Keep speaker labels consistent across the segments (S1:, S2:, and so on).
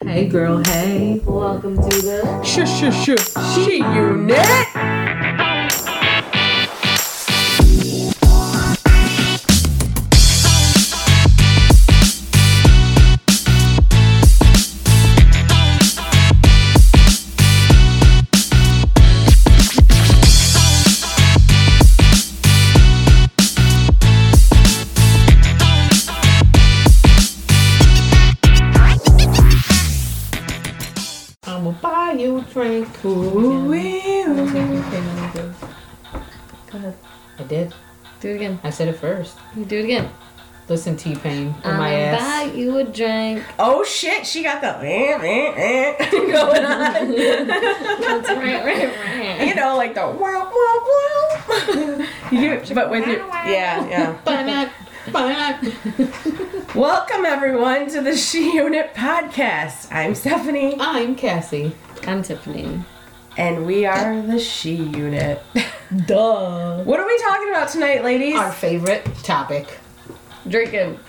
S1: Hey girl, hey.
S2: Welcome to the
S1: Shush, shush, shush. She unit.
S3: I'ma buy you a drink.
S1: Ooh, wee,
S2: Go ahead.
S3: I did.
S2: Do it again.
S3: I said it first.
S2: You do it again.
S3: Listen, T Pain, for
S2: I'ma
S3: my ass.
S2: buy you a drink.
S1: Oh shit, she got the eh, eh, eh going on.
S2: That's right,
S1: you
S2: right, right.
S1: know, like the wow, wow, wow. you do, but with your yeah, yeah.
S2: Buy not, buy not.
S1: Welcome everyone to the She Unit podcast. I'm Stephanie,
S3: I'm Cassie.
S2: I'm Tiffany.
S1: and we are the She Unit.
S3: Duh.
S1: what are we talking about tonight, ladies?
S3: Our favorite topic.
S2: Drinking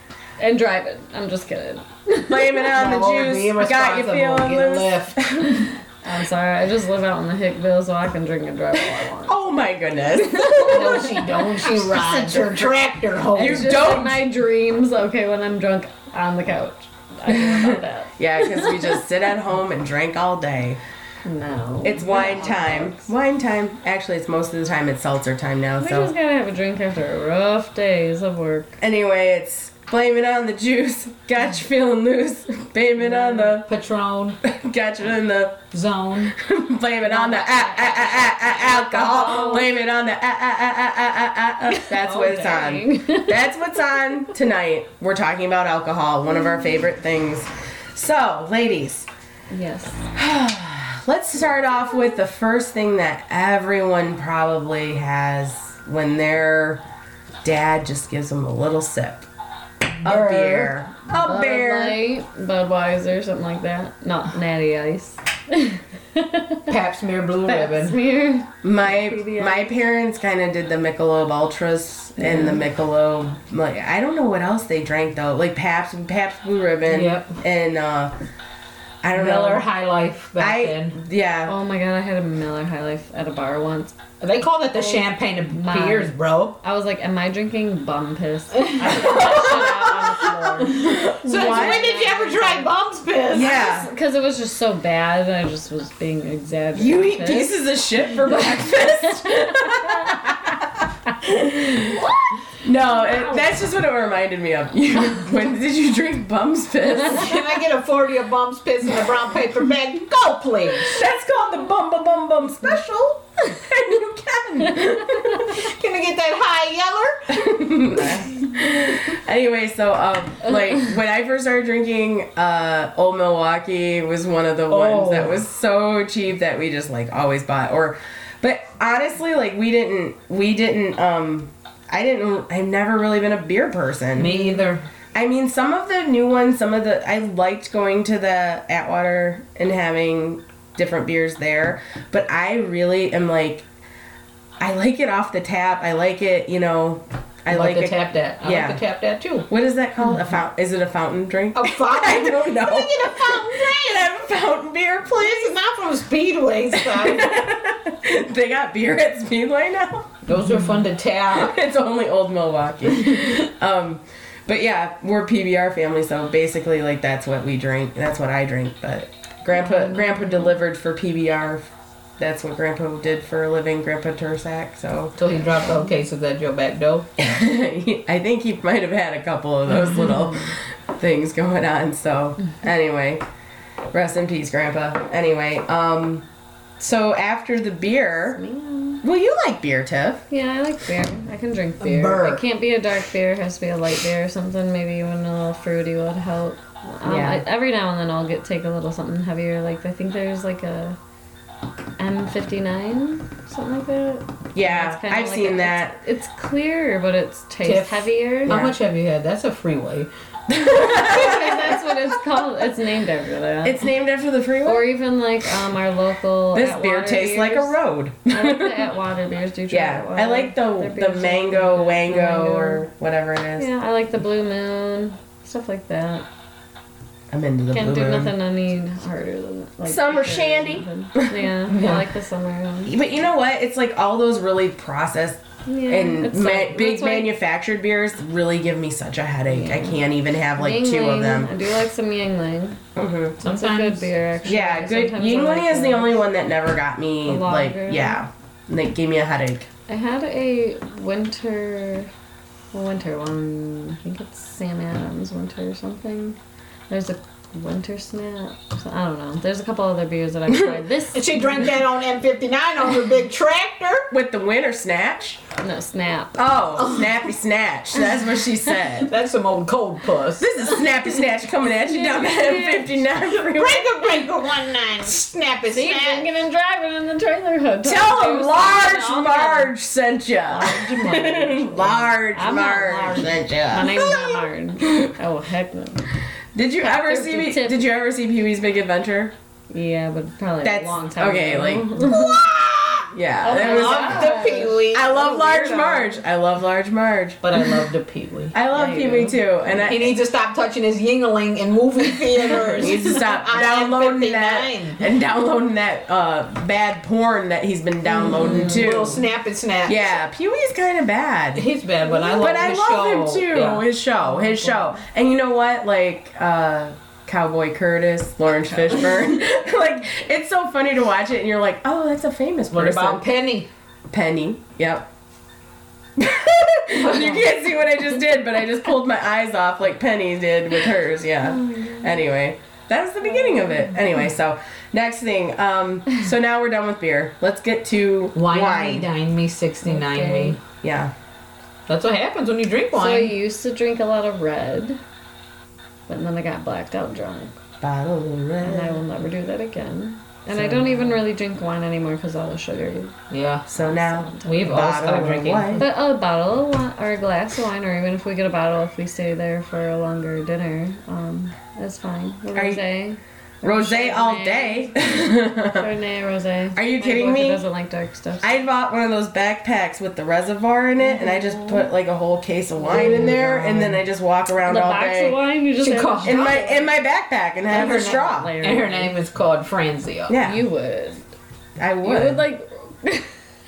S2: and driving. I'm just kidding.
S1: Blaming it on the
S3: Well, being
S1: juice. Got you
S3: responsible,
S1: feeling
S3: get a
S1: loose.
S3: lift.
S2: I'm sorry. I just live out in the Hickville, so I can drink and drive all I want.
S1: Oh my goodness.
S3: no, she don't. She rides her tractor home.
S1: You
S2: It's just
S1: don't-
S2: in my dreams. Okay, when I'm drunk on the couch. I don't know about that.
S1: yeah, because we just sit at home and drink all day.
S2: No.
S1: It's wine time. Wine time. Actually, it's most of the time it's seltzer time now.
S2: we
S1: So
S2: just gotta have a drink after a rough days of work.
S1: anyway, it's blame it on the juice. Got you feeling loose. Blame it on the.
S3: Patron
S1: Got you in the.
S3: zone.
S1: Blame it on the ah, ah, ah, ah, ah, alcohol. Blame it on the ah, ah, ah, ah, ah, ah, ah, ah. That's
S2: Oh,
S1: what it's on. That's what's on tonight. We're talking about alcohol, one of our favorite things. So, ladies,
S2: yes.
S1: Let's start off with the first thing that everyone probably has when their dad just gives them a little sip. A
S2: Beer.
S1: beer. A
S2: Bud
S1: beer.
S2: Light, Budweiser, something like that. Not Natty Ice.
S3: Pap smear blue
S2: That's
S3: ribbon.
S2: me.
S1: My
S2: PBR.
S1: my parents kind of did the Michelob Ultras and the Michelob. Like I don't know what else they drank though. Like Pabst, Pabst Blue Ribbon.
S3: Yep.
S1: And uh, I don't
S3: Miller
S1: know.
S3: High Life back
S1: I
S3: then.
S1: yeah.
S2: Oh my god, I had a Miller High Life at a bar once.
S3: They called
S1: Oh
S3: it the champagne of
S2: My.
S3: beers, bro.
S2: I was like, am I drinking bum piss? I threw that shit out on the floor.
S3: So
S1: What?
S3: when did you ever try Bum's Piss?
S1: Yeah.
S2: Because it was just so bad, and I just was being exaggerated.
S1: You eat pieces of shit for breakfast? No, it, that's just what it reminded me of. You, when did you drink Bum's Piss?
S3: Can I get a 40 of Bum's Piss in a brown paper bag? Go, please.
S1: That's called the Bum Bum Bum Bum Special. and you can.
S3: Can I get that high yeller?
S1: anyway, so um, like when I first started drinking, uh, Old Milwaukee was one of the ones
S3: Oh.
S1: that was so cheap that we just like always bought. Or, but honestly, like we didn't, we didn't, um, I didn't, I've never really been a beer person.
S3: Me either.
S1: I mean, some of the new ones, some of the I liked going to the Atwater and having different beers there, but I really am like, I like it off the tap. I like it, you know. I like,
S3: the
S1: it.
S3: tap that. I
S1: yeah.
S3: like the tap that too.
S1: What is that called? A fountain? Is it a fountain drink?
S3: A
S1: I
S3: fountain.
S1: don't know.
S3: Can I get a fountain
S1: Can I have a fountain beer,
S3: This
S1: please?
S3: is not from Speedway, son.
S1: they got beer at Speedway now.
S3: Those are fun to tap.
S1: it's only old Milwaukee. um, but yeah, we're PBR family, so basically, like that's what we drink. That's what I drink. But grandpa, grandpa delivered for PBR. That's what grandpa did for a living, Grandpa Tursak. So
S3: So he dropped all cases at your back door.
S1: I think he might have had a couple of those little things going on. So
S2: Mm-hmm.
S1: anyway, rest in peace, grandpa. Anyway, um, so after the beer,
S2: Yeah.
S1: well, you like beer, Tiff.
S2: Yeah, I like beer. I can drink beer.
S3: burr.
S2: It can't be a dark beer. It has to be a light beer or something. Maybe even a little fruity would help. Um,
S1: Yeah.
S2: I- every now and then I'll get take a little something heavier. Like I think there's like a M59, something like that.
S1: Yeah,
S2: It's kinda
S1: I've
S2: like
S1: seen
S2: a-
S1: that.
S2: It's clear, but it's taste
S3: Tiff.
S2: heavier.
S3: How much have you had? That's a freeway.
S2: That's what it's called. It's named after that.
S1: It's named after the freeway.
S2: or even like um, our local.
S1: This
S2: Atwater
S1: beer tastes like a
S2: beers.
S1: road.
S2: I like the Atwater beers. Do you try
S1: yeah,
S2: Atwater?
S1: I like
S2: Their
S1: the the
S2: beers are- mango.
S1: mango wango or whatever it is.
S2: Yeah, I like the Blue Moon stuff like that.
S1: I'm into the
S2: Can't
S1: blue
S2: do
S1: moon.
S2: nothing any harder than that. Like,
S1: Summer
S2: sure,
S1: shandy.
S2: nothing. Yeah, I like the summer one.
S1: But you know what? It's like all those really processed
S2: Yeah,
S1: and
S2: it's
S1: ma-
S2: like-
S1: big
S2: that's why-
S1: manufactured beers really give me such a headache. I can't even have like two
S2: Yingling.
S1: of
S2: I
S1: them.
S2: do like some Yingling.
S1: Mhm.
S2: It's a good
S4: Sometimes-
S2: beer, actually.
S1: Yeah, good.
S2: Sometimes I like
S1: Yingling is the
S2: it.
S1: only one that never got me
S2: The
S1: like
S2: lager.
S1: yeah, that gave me a headache.
S2: I had a winter, a winter one. I think it's Sam Adams winter or something. There's a winter snap. So I don't know. There's a couple other beers that I've tried. This
S3: And she drank that on M59 on her big tractor.
S1: With the winter snatch.
S2: no snap.
S1: Oh, snappy snatch. That's what she said.
S3: That's some old cold puss.
S1: This is snappy snatch coming at you down the M59 freeway.
S3: Breaker, breaker, one nine. Snap it,
S2: See,
S3: snap.
S2: drinking and driving in the trailer hood.
S1: Tell them
S2: There's
S1: large
S2: something
S1: Marge sent ya.
S2: Large Marge.
S1: Large
S2: I'm not
S1: Marge
S2: large.
S1: sent
S2: My
S1: ya.
S2: name's not Martin. Oh heck no.
S1: Did you ever
S2: Tip
S1: see?
S2: to
S1: Pee-
S2: tip.
S1: Did you ever see Pee Wee's Big Adventure?
S2: Yeah, but probably
S1: That's-
S2: a long time.
S1: okay,
S2: ago.
S1: like- Yeah,
S2: Oh
S1: that
S2: my
S1: was-
S2: God.
S3: The peewee.
S1: I
S2: What
S1: love
S2: a
S1: large
S2: weirdo.
S1: Marge. I love large Marge.
S4: But I love the Pee Wee.
S1: I love
S2: There you
S1: Pee Wee
S2: go.
S1: too, and I
S3: He needs to stop touching his yingling in movie theaters.
S1: needs to stop
S3: I am
S1: downloading that
S3: 59.
S1: and downloading that uh, bad porn that he's been downloading
S4: Mm-hmm.
S3: Little
S1: too.
S3: snap and snap.
S1: Yeah, Pee Wee's kind of bad.
S4: He's bad, but I love
S1: but I
S4: his
S1: love
S4: show.
S1: him too.
S4: Yeah.
S1: His show, his show, and you know what? Like uh, Cowboy Curtis, Lawrence Fishburne. like it's so funny to watch it, and you're like, oh, that's a famous
S4: What
S1: person.
S4: about
S3: Penny.
S1: Penny? Yep. you can't see what I just did, but I just pulled my eyes off like Penny did with hers. Yeah. Anyway, that was the beginning of it. Anyway, so next thing. Um, so now we're done with beer. Let's get to
S4: Wine,
S1: wine.
S4: me, dine me, 69
S2: Okay.
S4: me.
S1: Yeah.
S4: That's what happens when you drink
S2: So I
S4: wine.
S2: used to drink a lot of red, but then I got blacked out drunk,
S1: Bottle of
S2: and I
S1: red.
S2: will never do that again. And I don't even really drink wine anymore because all the sugar.
S4: yeah.
S1: So now.
S4: We've all
S1: Bottle
S4: stopped
S1: of
S4: drinking.
S1: wine.
S2: But a bottle of wine, or a glass of wine, or even if we get a bottle, if we stay there for a longer dinner, um, that's fine. A
S1: Are you-
S2: Rosé,
S1: Rosé all day.
S2: Chardonnay, rosé.
S1: Are you
S2: My
S1: kidding
S2: boyfriend
S1: me?
S2: Doesn't like dark stuff.
S1: I bought one of those backpacks with the reservoir in it, and I just put like a whole case of wine in there, and then I just walk around
S2: the
S1: all
S2: box
S1: day.
S2: of wine you just
S4: She
S2: have
S4: calls-
S2: a
S1: in my in my backpack and have a
S2: shot
S1: straw.
S2: layer.
S4: And her name is called Franzia.
S1: Yeah,
S2: You would.
S1: I would.
S2: You would like.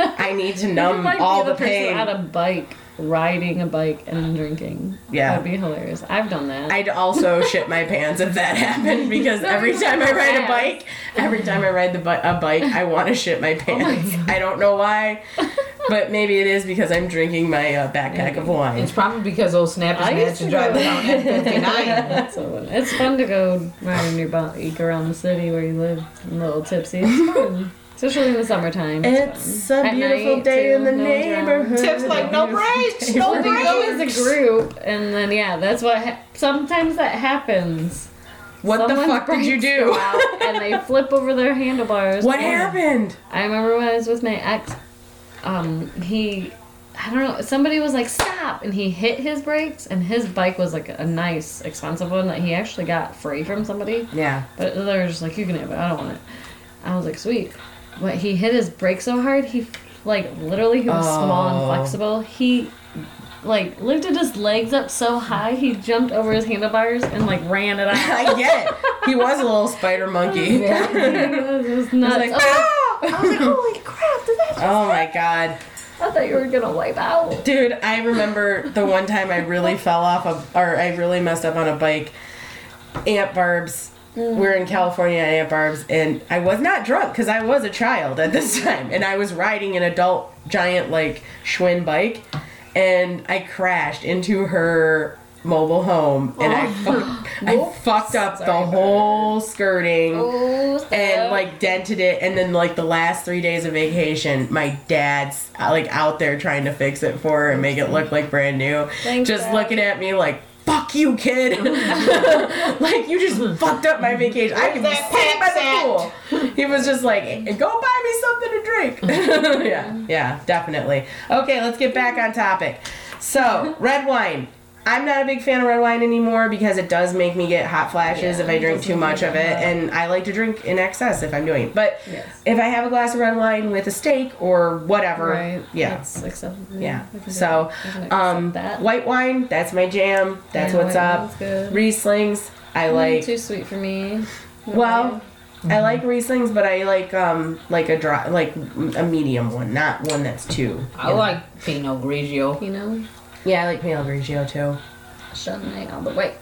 S1: I need to
S2: You
S1: numb
S2: might be
S1: all the,
S2: person
S1: pain.
S2: on a bike, riding a bike and drinking.
S1: Yeah.
S2: that'd be hilarious. I've done that.
S1: I'd also shit my pants if that happened because every time I ride a
S2: ass.
S1: bike, every time I ride the bi- a bike, I want to shit
S2: Oh
S1: my pants. I don't know why, but maybe it is because I'm drinking my uh, backpack of wine.
S4: It's probably because old Snap is
S2: I
S4: mad
S2: used
S4: to
S2: to
S4: drive
S2: go-
S4: around M59.
S2: That's so fun. It's fun to go riding your bike around the city where you live, a little tipsy. It's fun. Especially in the summertime.
S1: It's
S2: fun.
S1: a
S2: At
S1: beautiful
S2: night,
S1: day
S2: too,
S1: in the
S2: no one's around.
S1: neighborhood.
S3: Tips like no brakes, no
S2: Or we go
S3: brakes.
S2: as a group, and then yeah, that's what. Ha- sometimes that happens.
S1: What the
S2: Someone's
S1: fuck did you
S2: brakes go
S1: do?
S2: out and they flip over their handlebars.
S1: What
S2: Yeah.
S1: happened?
S2: I remember when I was with my ex, um, he, I don't know, somebody was like, stop, and he hit his brakes, and his bike was like a nice, expensive one that he actually got free from somebody.
S1: Yeah.
S2: But they were just like, you can have it, I don't want it. I was like, sweet. But he hit his brake so hard, he, like, literally, he was small and
S1: Oh.
S2: flexible. He, like, lifted his legs up so high, he jumped over his handlebars and, like, ran it out.
S1: I get it. He was a little spider monkey.
S2: it was nuts.
S1: like,
S2: I was like,
S1: I was like, holy crap, did that Oh my god.
S2: I thought you were gonna wipe out.
S1: Dude, I remember the one time I really fell off of, or I really messed up on a bike. Aunt Barb's. We're in California at Aunt Barb's, and I was not drunk because I was a child at this time, and I was riding an adult giant like Schwinn bike, and I crashed into her mobile home, and I fuck- I fucked up the whole skirting
S2: Oh,
S1: and like dented it and then like the last three days of vacation my dad's uh, like out there trying to fix it for her and make it look like brand new
S2: Thank
S1: just
S2: God.
S1: looking at me like fuck you kid like you just fucked up my vacation i can be
S3: That
S1: sitting
S3: pack's
S1: by the pool he was just like go buy me something to drink yeah yeah definitely okay let's get back on topic so red wine I'm not a big fan of red wine anymore because it does make me get hot flashes
S2: Yeah,
S1: if I
S2: it
S1: drink
S2: doesn't
S1: too much
S2: do
S1: of it,
S2: that.
S1: and I like to drink in excess if I'm doing it. But
S2: Yes.
S1: if I have a glass of red wine with a steak or whatever,
S2: right.
S1: yeah,
S2: That's acceptable.
S1: yeah.
S2: I can
S1: So,
S2: accept- I can accept
S1: um,
S2: that.
S1: white wine, that's my jam. That's
S2: Yeah,
S1: what's
S2: white
S1: up.
S2: wine's good.
S1: Rieslings, I
S2: Mm,
S1: like
S2: too sweet for me. Not
S1: Well,
S2: Mm-hmm.
S1: I like Rieslings, but I like um like a dry like a medium one, not one that's too.
S4: I
S1: you know.
S4: like Pinot Grigio.
S2: really. you know,
S1: yeah, I like Pinot Grigio too.
S2: Chardonnay all the way,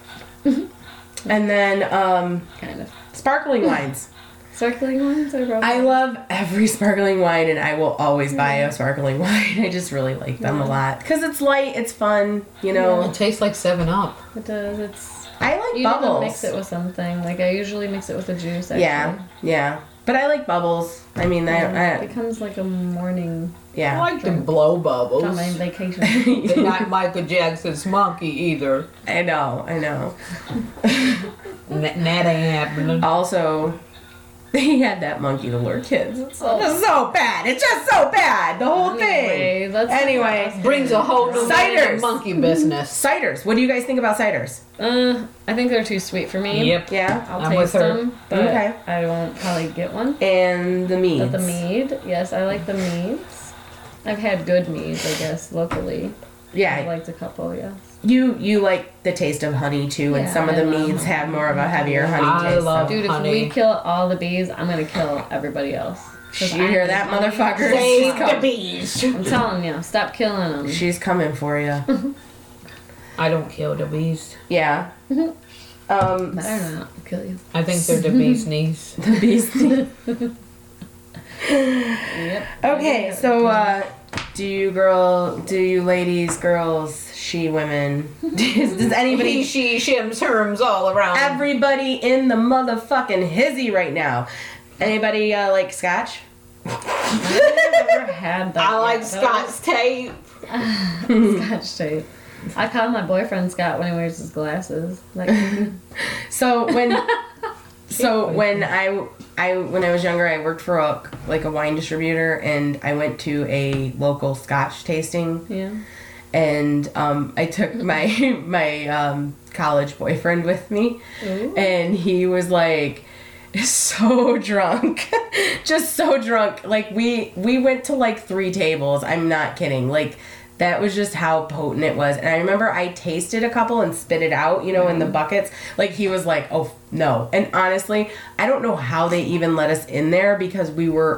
S1: And then um
S2: kind of.
S1: sparkling wines.
S2: Circling ones are probably.
S1: I love every sparkling wine, and I will always buy a sparkling wine. I just really like them a lot because it's light, it's fun. You know,
S4: It tastes like Seven Up.
S2: It does. It's
S1: I like
S2: you need to
S1: bubbles.
S2: mix it with something. Like I usually mix it with a juice. Actually.
S1: yeah, yeah. But I like bubbles. I mean, I,
S2: it
S1: I
S2: becomes like a morning
S4: I
S1: yeah.
S4: like them blow bubbles.
S2: on my vacation.
S4: They're not Michael Jackson's monkey either.
S1: I know, I know.
S4: N- that ain't happening.
S1: Also, he had that monkey to lure kids. It's just so bad. It's just so bad. The whole thing.
S2: anyway, let's
S1: Anyway,
S4: Brings a whole new world
S1: Ciders.
S4: of monkey business.
S1: ciders. What do you guys think about ciders?
S2: Uh, I think they're too sweet for me.
S4: Yep.
S1: Yeah.
S2: I'll
S4: I'm
S2: taste
S4: with her.
S2: them, but
S1: Okay.
S2: I won't probably get one.
S1: And the meads.
S2: But the mead, yes, I like the meads. I've had good meads, I guess, locally. I
S1: Yeah.
S2: liked a couple, yes.
S1: You you like the taste of honey too, and
S2: Yeah,
S1: some of the
S2: I love
S1: meads have more of a heavier honey
S4: I
S1: taste.
S4: love-
S2: Dude, if
S4: Honey.
S2: we kill all the bees, I'm gonna kill everybody else. 'Cause
S1: You
S2: I-
S1: hear that, motherfucker? She's,
S3: Save the
S1: com-
S3: bees.
S2: I'm telling you, stop killing them.
S1: she's coming for you.
S4: I don't kill the bees.
S1: Yeah.
S2: Mm-hmm.
S1: Um,
S2: Better not kill you.
S4: I think they're the bee's knees.
S1: the beastie.
S2: Yep.
S1: Okay, so uh, do you girl, do you ladies, girls, she, women? Does, does
S4: He,
S1: anybody,
S4: she, shims, herms all around.
S1: everybody in the motherfucking hizzy right now? Anybody uh, like scotch?
S2: I've never had that.
S3: I like
S2: yet.
S3: Scott's tape.
S2: Scotch tape. I call my boyfriend Scott when he wears his glasses. Like,
S1: So when, so when I, I when I was younger, I worked for a like a wine distributor, and I went to a local scotch tasting
S2: yeah.
S1: and um, I took my my um, college boyfriend with me,
S2: Ooh.
S1: and he was like so drunk, just so drunk. Like we we went to like three tables. I'm not kidding. Like that was just how potent it was. And I remember I tasted a couple and spit it out, you know, in the buckets. Like he was like, "Oh no!" And honestly, I don't know how they even let us in there because we were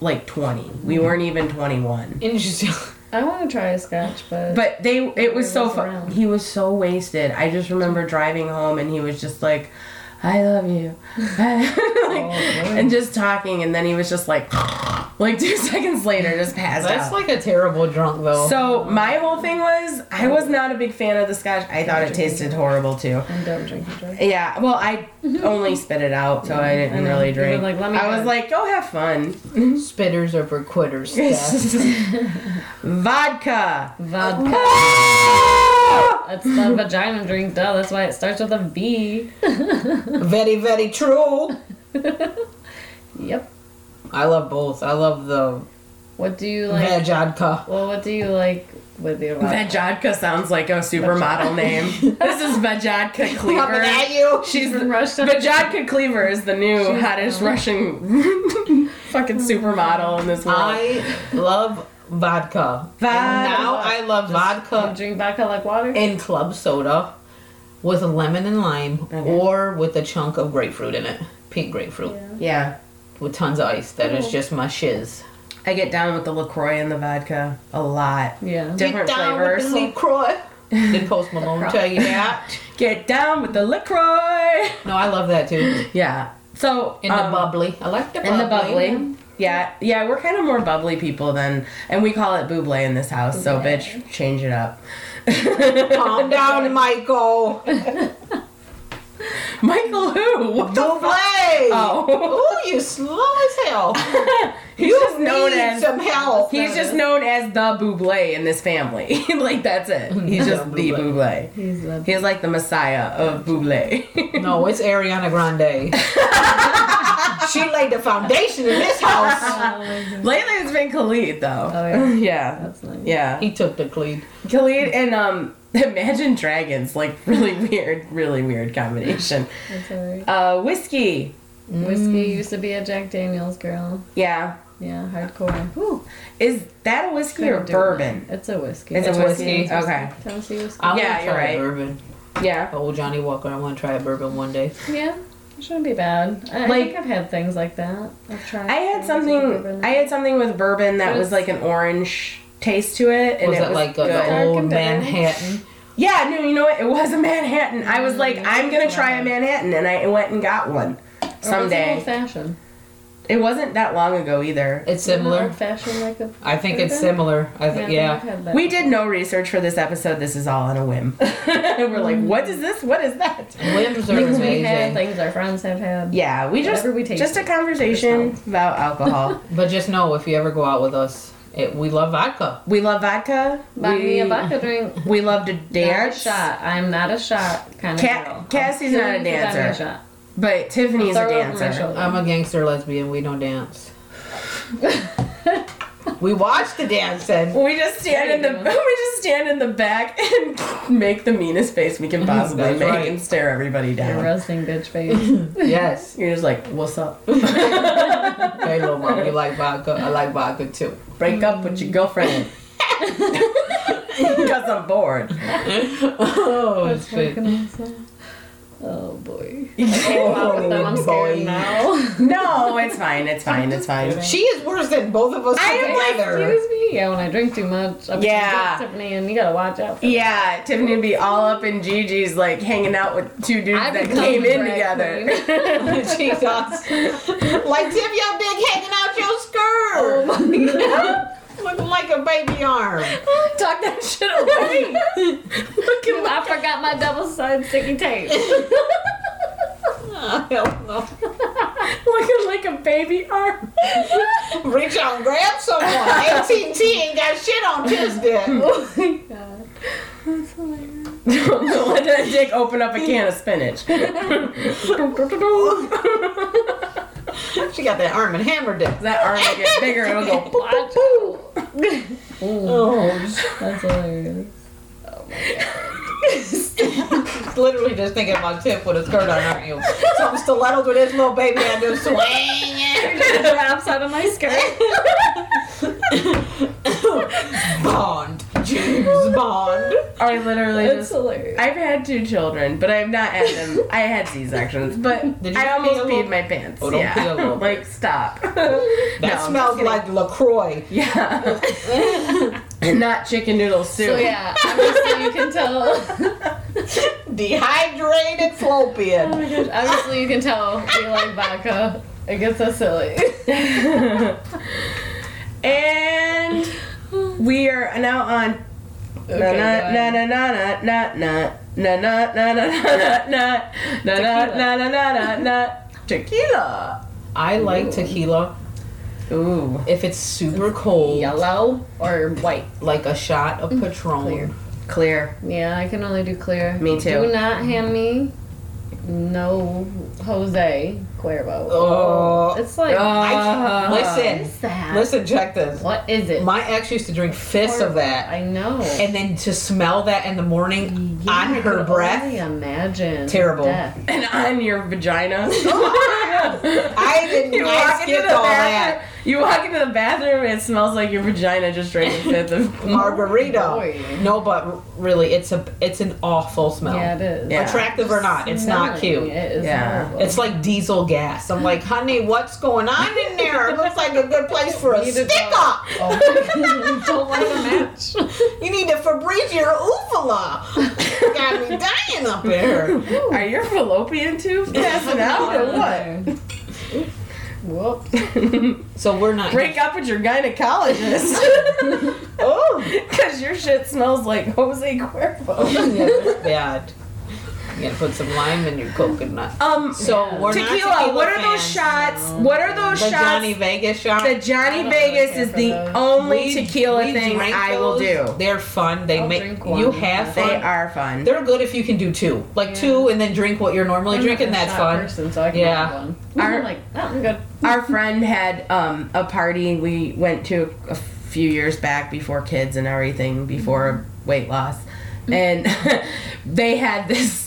S1: like 20. We weren't even 21.
S4: Interesting.
S2: I want to try a Scotch, but,
S1: But they, it was so
S2: was
S1: fun.
S2: around.
S1: He was so wasted. I just remember driving home and he was just like, I love you. Like,
S2: Oh,
S1: and just talking. And then he was just like, like two seconds later, just passed
S4: That's
S1: out.
S4: like a terrible drunk though.
S1: so my whole thing was, I was not a big fan of the scotch. I thought it tasted horrible too.
S2: I don't drink and drive.
S1: Yeah, well, I only spit it out, so I
S2: I
S1: didn't
S2: know.
S1: really
S2: You were
S1: drink.
S2: like, "Let me
S1: I was
S2: go."
S1: like, go have fun.
S4: Spitters are for quitters. Steph.
S1: Vodka.
S2: Vodka. That's the vagina drink, duh. That's why it starts with a V.
S4: very, very true.
S2: Yep.
S4: I love both. I love the
S2: What do you like?
S4: Vajadka.
S2: Well, what do you like with your vodka?
S1: Vajadka sounds like a supermodel name. This is Vajadka
S3: Coming
S1: Cleaver.
S3: at you.
S1: She's
S2: From Russia.
S1: Vajadka Cleaver is the new hottest Russian fucking supermodel in this world.
S4: I love vodka. And
S1: Um, Vodka.
S4: now I love
S2: You
S4: vodka
S2: drink vodka like water?
S4: in club soda with lemon and lime or with a chunk of grapefruit in it. Pink grapefruit
S2: Yeah.
S1: yeah,
S4: with tons of ice. That is just my shiz.
S1: I get down with the Lacroix and the vodka a lot.
S2: Yeah.
S1: Different flavors.
S4: LaCroix. Did Post Malone tell you that?
S1: get down with the Lacroix.
S4: No, I love that too.
S1: Yeah. So
S4: In the
S1: um,
S4: bubbly. I like the bubbly.
S1: in the bubbly. Yeah, yeah, we're kind of more bubbly people than, and we call it buble in this house. So, bitch, change it up.
S4: Calm down, Michael.
S1: Michael, who? What the
S4: Bubbly.
S1: Oh,
S4: Oh, you slow as hell.
S1: he's just known
S4: need
S1: as
S4: some help.
S1: he's just known as the Buble in this family. like that's it. He's
S4: The
S1: just the Buble.
S2: He's the
S1: He's like the Messiah of Buble.
S4: No, it's Ariana Grande. she laid the foundation in this house.
S1: Lately, it's been Khalid though.
S2: Oh, yeah.
S1: yeah,
S2: That's nice.
S1: yeah.
S4: He took the lead.
S1: Khalid and um, Imagine Dragons, like really weird, really weird combination.
S2: That's alright.
S1: Uh, whiskey.
S2: Whiskey
S1: Mm.
S2: used to be a Jack Daniels girl.
S1: Yeah,
S2: Yeah, hardcore. Whew.
S1: is that a whiskey or
S2: Couldn't do it.
S1: bourbon?
S2: It's a whiskey.
S1: It's,
S4: It's
S1: a whiskey.
S4: whiskey.
S1: Okay. Uh,
S2: Tennessee whiskey.
S4: I
S1: Yeah,
S4: wanna
S1: you're
S4: try
S1: right.
S4: Bourbon.
S1: Yeah.
S4: Old Johnny Walker. I want to try a bourbon one day.
S2: Yeah, it shouldn't be bad. I, I
S1: Like-
S2: think I've had things like that. I've tried.
S1: I had
S2: things with
S1: something.
S2: bourbon.
S1: I had something with bourbon that
S2: But
S1: was like an orange taste to it, and
S4: was
S1: it
S4: that
S1: was
S4: like a,
S1: good.
S4: the old
S2: Dark and dark.
S4: Manhattan?
S1: Yeah, no, you know what? It was a Manhattan. I was like, I'm gonna try a Manhattan, and I went and got one
S2: Or was Mm-hmm. it
S1: someday.
S2: Old fashioned.
S1: It wasn't that long ago either.
S4: It's
S2: Old
S4: similar.
S2: fashioned like a.
S4: I think it's
S2: Bourbon?
S4: similar. I think
S2: I've
S4: yeah.
S2: had that.
S1: Uh, We did no research for this episode. This is all on a whim. We're
S2: Mm-hmm.
S1: like, what is this? What is that?
S4: Whims are
S2: Things we had,
S4: amazing.
S2: things our friends have had.
S1: Yeah, we just
S2: Whatever we taste
S1: just a conversation about alcohol.
S4: But just know if you ever go out with us, it, we love vodka.
S1: we love vodka.
S2: Buy
S1: we,
S2: me a vodka drink.
S1: We love to
S2: Not a
S1: dance.
S2: shot. I'm not a shot kind of
S1: Ca-
S2: girl.
S1: Cassie's
S2: I'm
S1: not a
S2: kidding if you buy me
S1: dancer.
S2: shot.
S1: But Tiffany's a
S2: Throw it over my
S1: dancer.
S2: shoulder.
S4: I'm a gangster lesbian. We don't dance. we watch the dancing.
S1: We just stand in the we just stand in the back and make the meanest face we can possibly
S4: That's
S1: make
S4: right.
S1: and stare everybody
S2: A
S1: down.
S2: Rusting bitch face.
S4: Yes.
S1: You're just like, what's up?
S4: Hey, little mom, you like vodka? I like vodka too.
S1: Break up with your girlfriend. Because I'm bored.
S4: Oh,
S2: That's
S4: shit.
S2: fucking awesome. Oh boy.
S4: Oh,
S2: I'm scared
S4: boy.
S2: now.
S1: No, it's fine. It's fine. It's fine.
S4: She is worse than both of us
S1: I am like
S4: together.
S2: Excuse me. Yeah, when I drink too much, I'm
S1: Yeah.
S2: Tiffany, and you gotta watch out. For
S1: Yeah, Tiffany would be all up in Gigi's, like hanging out with two dudes
S2: I
S1: that
S2: become
S1: came in
S2: drag
S1: together.
S4: Jesus. Like Tim Young Big hanging out your skirt. Looking like a baby arm.
S1: Talk that shit away. Looking
S2: I forgot my double sided sticky tape.
S4: I don't know.
S1: looking like a baby arm.
S4: Reach out and grab someone. AT&T ain't got shit on Tuesday.
S2: oh my god. That's hilarious.
S1: Don't let that dick open up a can of spinach.
S4: She got that arm and hammer dick.
S1: that arm will get bigger and it'll go.
S2: Watch out. Ooh,
S4: Oh,
S2: that's hilarious.
S4: literally just thinking about Tiff with a skirt on, aren't you? Some stilettos with his little baby and just swinging.
S2: Wraps out of my skirt.
S4: Bond. James Bond.
S1: I literally
S2: That's
S1: just.
S2: hilarious.
S1: I've had two children, but I've not had them. I had C sections, but
S4: Did you
S1: I almost
S4: pee a
S1: peed
S4: little?
S1: my pants.
S4: Oh, don't pee a
S1: yeah,
S4: little bit.
S1: like stop.
S4: That
S1: No, I'm just
S4: smells
S1: kidding.
S4: like LaCroix.
S1: Yeah, and not chicken noodle soup.
S2: So yeah, obviously you can tell.
S4: Dehydrated
S2: Oh
S4: fallopian.
S2: my gosh, obviously you can tell we like vodka. It gets so silly.
S1: and we are now on na na na na na na na na na na na na na na na na na na na na na na tequila.
S4: I like tequila
S1: Ooh,
S4: if it's super cold,
S2: Yellow or white. Mm,
S4: like a shot of Patron.
S2: Clear.
S1: clear.
S2: Yeah, I can only do clear.
S1: Me too.
S2: Do not hand me no Jose Cuervo.
S4: Oh.
S2: It's like,
S4: I-
S1: Uh,
S2: what
S4: listen,
S2: is that?
S4: listen, check this.
S2: What is it?
S4: My ex used to drink fists of that,
S2: I know.
S4: and then to smell that in the morning
S2: Yeah,
S4: on
S2: I
S4: her
S2: could
S4: breath.
S2: Only imagine.
S4: Terrible.
S2: Death.
S1: and on your vagina. Oh I
S4: I didn't I skipped all that.
S1: You walk into the bathroom and it smells like your vagina just drank a fifth of.
S4: Margarita.
S2: Boy.
S4: No, but really, it's a it's an awful smell.
S2: Yeah, it is.
S1: Yeah.
S4: Attractive or not, Oh. it's not
S2: Smelling,
S4: cute.
S2: It is
S1: Yeah.
S2: horrible.
S4: It's like diesel gas. I'm like, honey, what's going on in there? It looks like a good place for a
S2: Need to
S4: stick up.
S2: Oh my God. Don't light a match.
S4: You need to Febreze your uvula. Got me dying up in here.
S1: Are your fallopian tubes passing out or what?
S2: Whoop.
S4: So we're not.
S1: Break up with your gynecologist
S4: Oh,
S1: because your shit smells like Jose Cuervo.
S4: yeah, that's bad. You gotta put some lime in your coconut.
S1: Um,
S4: So we're
S1: tequila,
S4: not tequila.
S1: What are those
S4: fans.
S1: shots? What are those
S4: The
S1: shots?
S4: Johnny Vegas shot.
S1: the Johnny
S2: don't
S1: Vegas
S2: really
S1: is
S2: care
S1: the
S2: for those.
S1: only
S4: We-
S1: tequila
S4: we
S1: thing
S4: drank
S1: I will
S4: those.
S1: do.
S4: They're fun. They
S2: I'll
S4: make
S2: drink one.
S4: you have fun.
S1: They are fun.
S4: They're good if you can do two, like
S2: Yeah.
S4: two, and then drink what you're normally
S2: I'm
S4: drinking.
S2: not a
S4: That's
S2: shot
S4: fun.
S2: Person, so I can
S4: Yeah.
S2: have one.
S1: Our-
S2: I'm like, oh, I'm good.
S1: Our friend had um, a party we went to a few years back before kids and
S4: Mm-hmm.
S1: everything, before weight loss. And they had this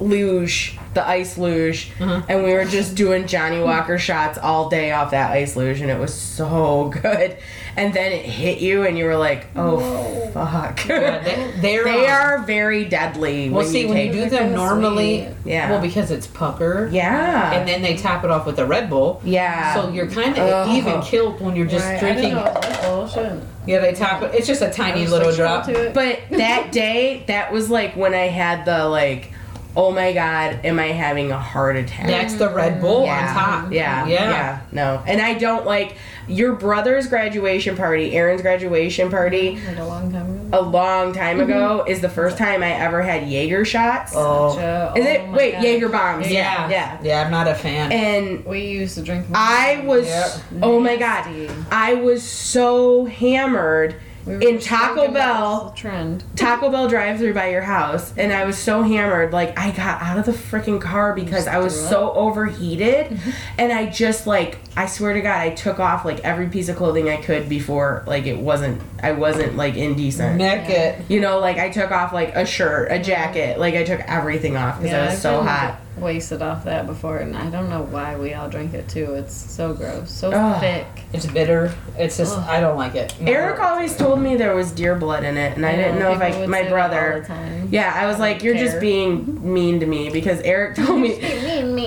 S1: luge, the ice luge,
S4: Mm-hmm.
S1: and we were just doing Johnny Walker shots all day off that ice luge, and it was so good. And then it hit you, and you were like, oh, fuck.
S4: Yeah, they, they're
S1: they
S4: on.
S1: are very deadly.
S4: Well, see, when
S1: take-
S4: you do them normally,
S1: Yeah.
S4: well, because it's pucker,
S1: yeah,
S4: and then they top it off with a Red Bull.
S1: yeah,
S4: So you're kind of
S1: Oh.
S4: even killed when you're just
S5: Right,
S4: drinking.
S5: I don't know. it's bullshit.
S4: Yeah, they top it. It's just a tiny
S5: Just,
S4: little
S5: like,
S4: drop.
S5: to it.
S1: But that day, that was like when I had the like, oh my god, am I having a heart attack?
S4: That's the Red Bull
S1: Mm-hmm. yeah,
S4: Oh, on top.
S1: Yeah,
S4: yeah.
S1: yeah, No, and I don't like your brother's graduation party, Aaron's graduation party,
S5: like a long time ago.
S1: a long time ago is the first time I ever had Jaeger shots.
S4: Oh,
S5: Joe,
S1: Is
S5: oh
S1: it
S5: my
S1: wait
S5: God.
S1: Jaeger bombs?
S4: yeah,
S1: yeah.
S4: I'm not a fan.
S1: And
S5: We used to drink. them.
S1: I was
S4: Yep.
S1: oh my god. I was so hammered
S5: We were
S1: in
S5: just
S1: Taco
S5: thinking that
S1: Bell.
S5: was the trend.
S1: Taco Bell drive through by your house and I was so hammered like I got out of the freaking car because I was
S5: threw Mm-hmm.
S1: so overheated and I just like I swear to god I took off like every piece of clothing I could before like it wasn't I wasn't like indecent.
S4: Neck it.
S1: You know, like I took off like a shirt, a jacket, like I took everything off because I was
S5: I've
S1: so
S5: been
S1: hot.
S5: Wasted off that before, and I don't know why we all drink it too. It's so gross, so
S1: Ugh.
S5: thick.
S4: It's bitter. It's just I don't like it. No.
S1: Eric always told me there was deer blood in it, and I didn't know if
S5: people
S1: I
S5: would
S1: my
S5: say that All
S1: brother.
S5: the time.
S1: Yeah, I was like, you're just
S5: care.
S1: being mean to me because Eric told me.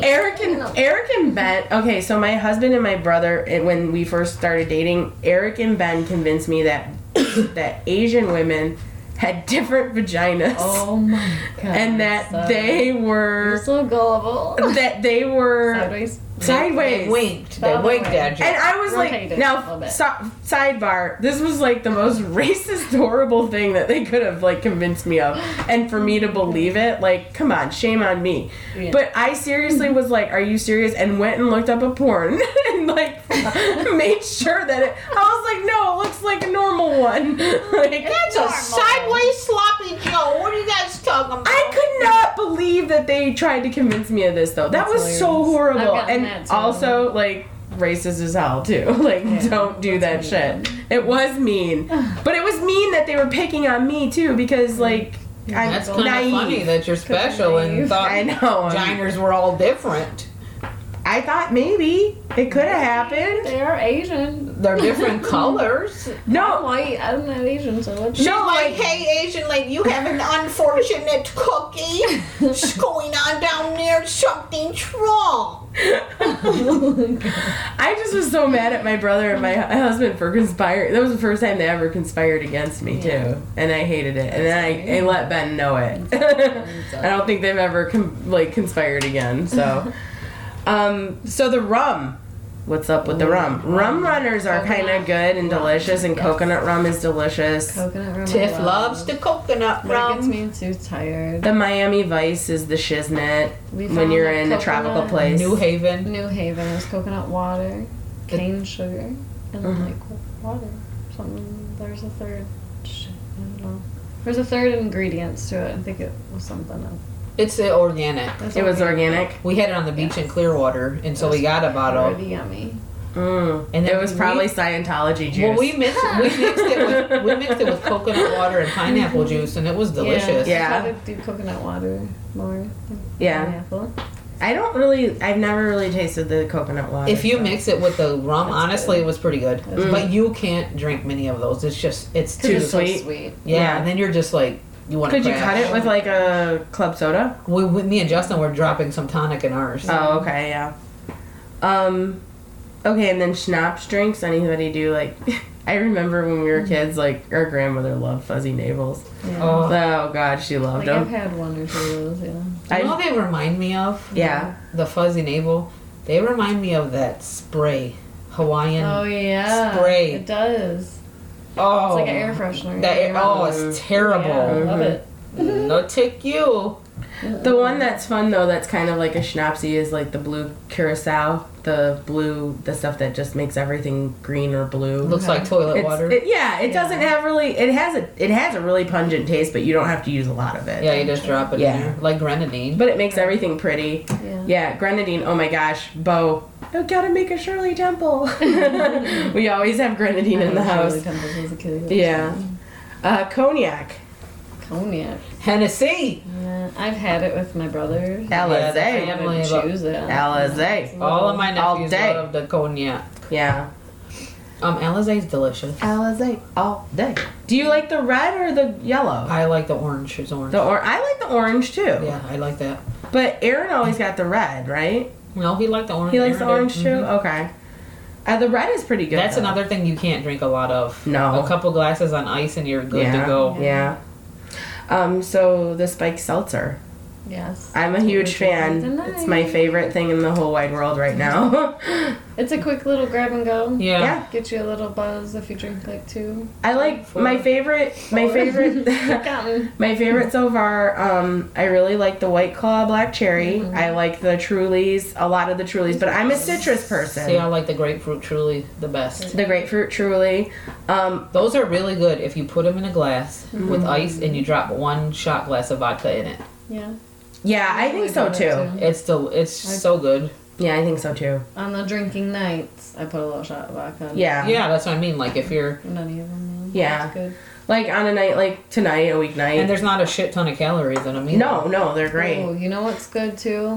S1: Eric and Eric and Ben. Okay, so my husband and my brother, eh, when we first started dating, Eric and Ben convinced me that that Asian women had different vaginas,
S5: Oh my god.
S1: and that
S5: so-
S1: they
S5: You're
S1: were
S5: so gullible.
S1: that they were
S5: Sideways.
S1: sideways.
S4: They winked. They winked at you.
S1: And I was
S5: Rotated
S1: like,
S5: it a little
S1: now,
S5: bit.
S1: so- sidebar. This was like the most racist, horrible thing that they could have like convinced me of, and for me to believe it, like, come on, shame on me.
S5: Yeah.
S1: But I seriously was like, are you serious? And went and looked up a porn and like made sure that it. I was like, no, it looks like a normal one. like,
S3: That's a sideways sloppy Joe. What are you guys talking about?
S1: I could not believe that they tried to convince me of this though. That
S5: That's
S1: was so
S5: hilarious. I've
S1: horrible.
S5: gotten
S1: And
S5: that, too.
S1: also like racist as hell too. Like don't do that shit. It was mean. but it was mean that they were picking on me too because like I'm
S4: That's kind of
S1: naive.
S4: funny that you're special and
S5: naive.
S4: thought
S1: I know. I'm-
S4: diners were all different.
S1: I thought maybe it could have happened.
S5: They are Asian.
S4: They're different colors.
S5: I'm
S1: No.
S5: white. I'm not Asian, so what's
S1: No,
S3: like,
S1: like
S3: hey, Asian lady, you have an unfortunate cookie. It's going on down there. Something's
S1: Oh
S3: wrong.
S1: I just was so mad at my brother and my hu- husband for conspiring. That was the first time they ever conspired against me too, and I hated it. And then I, I let Ben know it. I don't think they've ever con like conspired again. So, um, so the rum. What's up with the rum? Rum runners are kind of good and delicious, and coconut rum is delicious.
S5: coconut rum?
S4: Tiff
S5: I
S4: loves
S5: love.
S4: the coconut
S5: That gets
S4: rum.
S5: me too tired.
S1: the Miami Vice is the shiznit
S5: We
S1: when
S5: found
S1: you're
S5: a
S1: in a tropical
S5: coconut-
S1: place.
S4: New Haven.
S5: New Haven is coconut water, cane sugar, and then like water. Something. There's a third. Shit, I don't know. There's a third ingredients to it. I think it was something else.
S4: It's uh, organic.
S5: That's
S1: It was
S5: okay.
S1: organic.
S4: We had it on the beach in Clearwater, and so we got a bottle.
S5: Pretty yummy.
S1: Mm.
S4: And
S1: And
S4: then
S1: it was
S4: we-
S1: probably Scientology juice.
S4: Well, we mixed we mixed it with we mixed it with coconut water and pineapple juice, and it was delicious.
S1: Yeah.
S5: I do coconut water more. than
S1: Yeah.
S5: Pineapple.
S1: I don't really. I've never really tasted the coconut water.
S4: If you
S1: so.
S4: mix it with the rum, honestly, it was pretty good.
S5: Mm.
S4: But you can't drink many of those. It's just it's
S5: 'Cause
S4: too
S5: it's so
S1: sweet.
S5: sweet.
S4: Yeah,
S1: Yeah.
S4: and then you're just like, you want to
S1: could you cut it with like a club soda?
S4: We, we, me and Justin were dropping some tonic in ours.
S1: Oh, okay, yeah. Um, okay, and then schnapps drinks. Anybody do like? I remember when we were kids, like our grandmother loved fuzzy navels.
S5: Yeah.
S4: Oh,
S1: Oh God, she loved
S5: Like I've
S1: them.
S5: had one or two of those, yeah.
S4: you know
S1: I,
S4: what they remind me of?
S1: yeah,
S4: The fuzzy navel. They remind me of that spray, Hawaiian.
S5: Oh yeah,
S4: Spray.
S5: It does.
S4: oh,
S5: It's like an air freshener.
S4: That air, oh, it's terrible.
S5: Yeah, I love it.
S4: No, take you.
S1: the one that's fun though. That's kind of like a schnapsy is like the blue curacao, the blue, the stuff that just makes everything green or blue.
S4: Looks like toilet
S1: It's-
S4: water.
S1: it- yeah, it
S5: Yeah.
S1: doesn't have really. It has a it has a really pungent taste, but you don't have to use a lot of it.
S4: yeah, you just drop it in
S1: Yeah.
S4: there, like grenadine.
S1: But it makes everything pretty.
S5: Yeah.
S1: Yeah, grenadine. Oh my gosh, Bo. I gotta make a Shirley Temple. we always have grenadine in the
S5: I
S1: house.
S5: really tempted as a kid.
S1: Yeah. Uh, cognac.
S2: Cognac.
S4: Hennessy.
S2: Nah, I've had it with my brother.
S1: Alizé.
S2: I
S4: that's-
S2: would
S4: Family, but-
S2: choose it.
S1: Alizé.
S4: All of my
S1: All
S4: nephews
S1: day.
S4: love the cognac.
S1: Yeah.
S4: Um, Alizé's delicious.
S1: Alizé all day. Do you like the red or the yellow?
S4: I like the orange. It's orange.
S1: The or I like the orange too.
S4: yeah, I like that.
S1: But Aaron always got the red, right?
S4: No, he liked the orange.
S1: He likes the
S4: Aaron
S1: orange
S4: did.
S1: too.
S4: Mhm.
S1: Okay. Uh, the red is pretty good.
S4: That's
S1: though.
S4: another thing you can't drink a lot of.
S1: No.
S4: A couple glasses on ice and you're good
S1: yeah.
S4: to go.
S1: Yeah. Um. So the spike seltzer.
S2: Yes.
S1: I'm a huge
S2: Which we can't
S1: fan.
S2: deny.
S1: It's my favorite thing in the whole wide world right now.
S2: It's a quick little grab and go.
S4: Yeah.
S1: yeah.
S2: Get you a little buzz if you drink like two.
S1: I like my favorite. My favorite.
S2: Gotten.
S1: My favorite so far, um, I really like the White Claw Black Cherry. I like the Trulies, a lot of the Trulies, but I'm a citrus person.
S4: See, I like the grapefruit truly the best.
S1: The grapefruit Truly. Um,
S4: Those are really good if you put them in a glass
S1: Mm-hmm.
S4: with ice and you drop one shot glass of vodka in it.
S2: Yeah.
S1: yeah, I think so
S2: do that
S1: too.
S4: It's still it's so good.
S1: Yeah, I think so too.
S2: On the drinking nights, I put a little shot of vodka. in.
S1: Yeah.
S4: Yeah, that's what I mean. Like if you're
S2: None of them.
S1: Yeah.
S2: It's good.
S1: Like on a night like tonight,
S4: and
S1: a weeknight.
S4: there's not a shit ton of calories in them either.
S1: No, no, they're great.
S2: Oh, you know what's good too?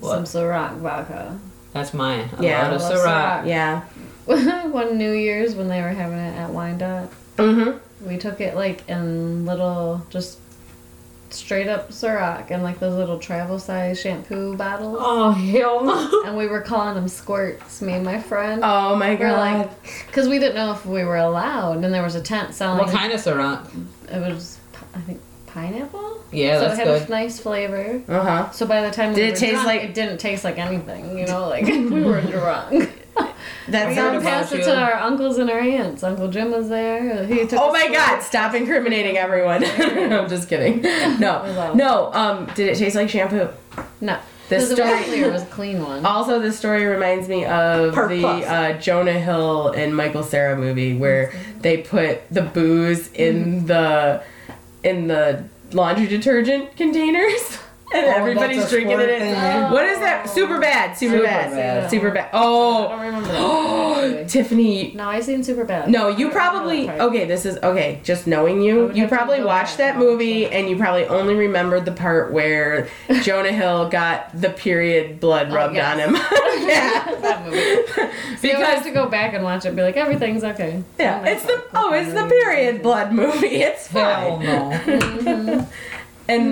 S4: What?
S2: Some Ciroc vodka.
S4: That's mine. A
S1: Yeah.
S4: lot of
S2: I love
S4: Syrah.
S2: Ciroc.
S1: Yeah.
S2: One New Year's when they were having it at Wyandotte,
S1: Mm-hmm.
S2: we took it like in little, just straight up Ciroc and like those little travel size shampoo bottles.
S4: Oh hell no.
S2: And we were calling them squirts, me and my friend.
S1: Oh my
S2: we were
S1: god.
S2: like, because we didn't know if we were allowed, and there was a tent selling.
S4: What kind of Syrah?
S2: It was, pi- I think, pineapple.
S4: Yeah,
S2: so
S4: that's
S2: it had
S4: good.
S2: a nice flavor.
S1: uh huh.
S2: So by the time
S1: Did
S2: we
S1: it
S2: were
S1: taste
S2: drunk,
S1: like-
S2: it didn't taste like anything, you know, like we were drunk.
S1: That
S2: So we
S4: I
S1: sounds.
S4: about
S2: passed it
S4: you.
S2: to our uncles and our aunts. Uncle Jim was there. He took
S1: Oh
S2: a
S1: my
S2: swig.
S1: god! Stop incriminating everyone. I'm just kidding. No, no. Um, did it taste like shampoo?
S2: No.
S1: This
S2: This
S1: story- Oh.
S2: was clear, was a clean one.
S1: Also, this story reminds me of
S4: Perk
S1: the
S4: Plus.
S1: uh, Jonah Hill and Michael Sarah movie where they put the booze in the in the laundry detergent containers. And
S4: Oh,
S1: everybody's
S4: that's a
S1: drinking it.
S4: squirt
S1: in.
S4: thing.
S1: What is that? Super bad. Super, bad.
S4: Superbad.
S1: Super bad.
S2: I don't
S1: Oh,
S2: remember that. movie.
S1: Tiffany.
S2: no, I seen super bad.
S1: No, you probably okay. This is okay. Just knowing
S2: I
S1: you,
S2: would
S1: you
S2: have to
S1: probably
S2: go
S1: watched
S2: back
S1: that
S2: and watch
S1: movie,
S2: it.
S1: and you probably only remembered the part where Jonah Hill got the period blood
S2: Oh,
S1: rubbed
S2: yes.
S1: on him. yeah,
S2: that movie. Because I have
S1: because
S2: to go back and watch it, and be like everything's okay.
S1: yeah, it's the oh, it's the period blood movie. It's
S4: Hell
S1: fine.
S4: no.
S1: And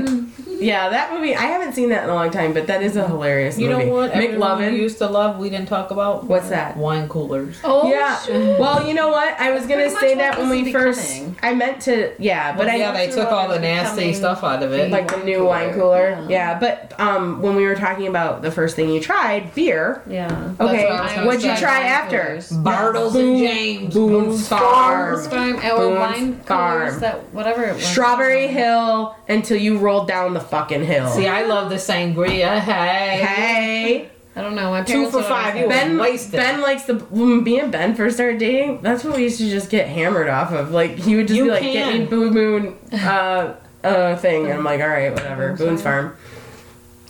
S2: Mm-hmm.
S1: yeah, that movie I haven't seen that in a long time, but that is a hilarious
S4: You
S1: movie.
S4: know what? everyone
S1: McLovin.
S4: used to love. We didn't talk about
S1: What's that?
S4: wine coolers.
S2: Oh
S1: yeah. Well, you know what? I was gonna
S2: pretty much
S1: say
S2: what
S1: that when
S2: this
S1: we
S2: is
S1: first.
S2: becoming.
S1: I meant to. Yeah, but
S4: But
S1: I
S4: yeah, they took all the nasty
S2: becoming
S4: stuff out of it.
S1: like the new wine cooler. Yeah. but um, when we were talking about the first thing you tried, beer.
S2: Yeah.
S1: Okay,
S4: what I was gonna
S1: what'd you
S4: say.
S1: try after?
S4: Bartles and James.
S1: Boone's Farm.
S2: Farm our
S1: Boone's
S2: wine
S1: Farm.
S2: coolers that whatever it was.
S1: Strawberry Hill until you rolled down the fucking hill.
S4: See, I love the sangria. Hey.
S1: hey,
S2: I don't know. My parents
S4: Two for
S2: would always
S4: five,
S2: say-
S4: you were-
S1: Ben.
S4: Wasted.
S1: Ben likes the when me and Ben first started dating. That's what we used to just get hammered off of. Like he would just
S4: You
S1: be like, "Get
S4: can.
S1: me Boo Moon uh, uh thing," and I'm like, "All right, whatever." Boone's Farm.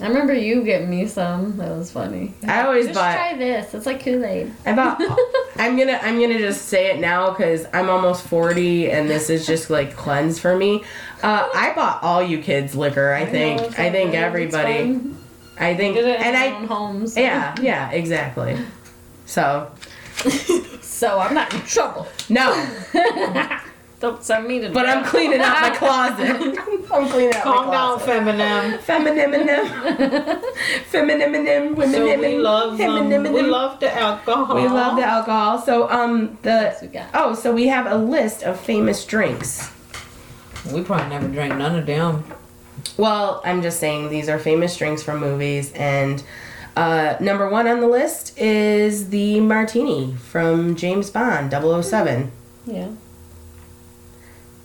S2: I remember you getting me some. That was funny.
S1: I always
S2: Just
S1: bought.
S2: try this. It's like Kool Aid.
S1: I bought. I'm gonna. I'm gonna just say it now because I'm almost 40, and this is just like cleanse for me. Uh, I bought all you kids liquor. I think. I think everybody. I think.
S2: Did it in
S1: And
S2: our own
S1: I.
S2: homes.
S1: Yeah. Yeah. Exactly. So
S2: So I'm not in trouble.
S1: no,
S2: Don't send me to.
S1: but I'm cleaning out my closet. I'm cleaning out
S4: Calm
S1: my
S4: down,
S1: closet.
S4: Feminem.
S1: Feminine, feminine, feminine, women,
S4: So we
S1: women,
S4: love um,
S1: feminine,
S4: we love the alcohol.
S1: We love the alcohol. So um
S2: we
S1: the
S2: got?
S1: oh so we have a list of famous drinks.
S4: We probably never drank none of them.
S1: Well, I'm just saying these are famous drinks from movies, and uh, number one on the list is the martini from James Bond 007.
S2: Yeah.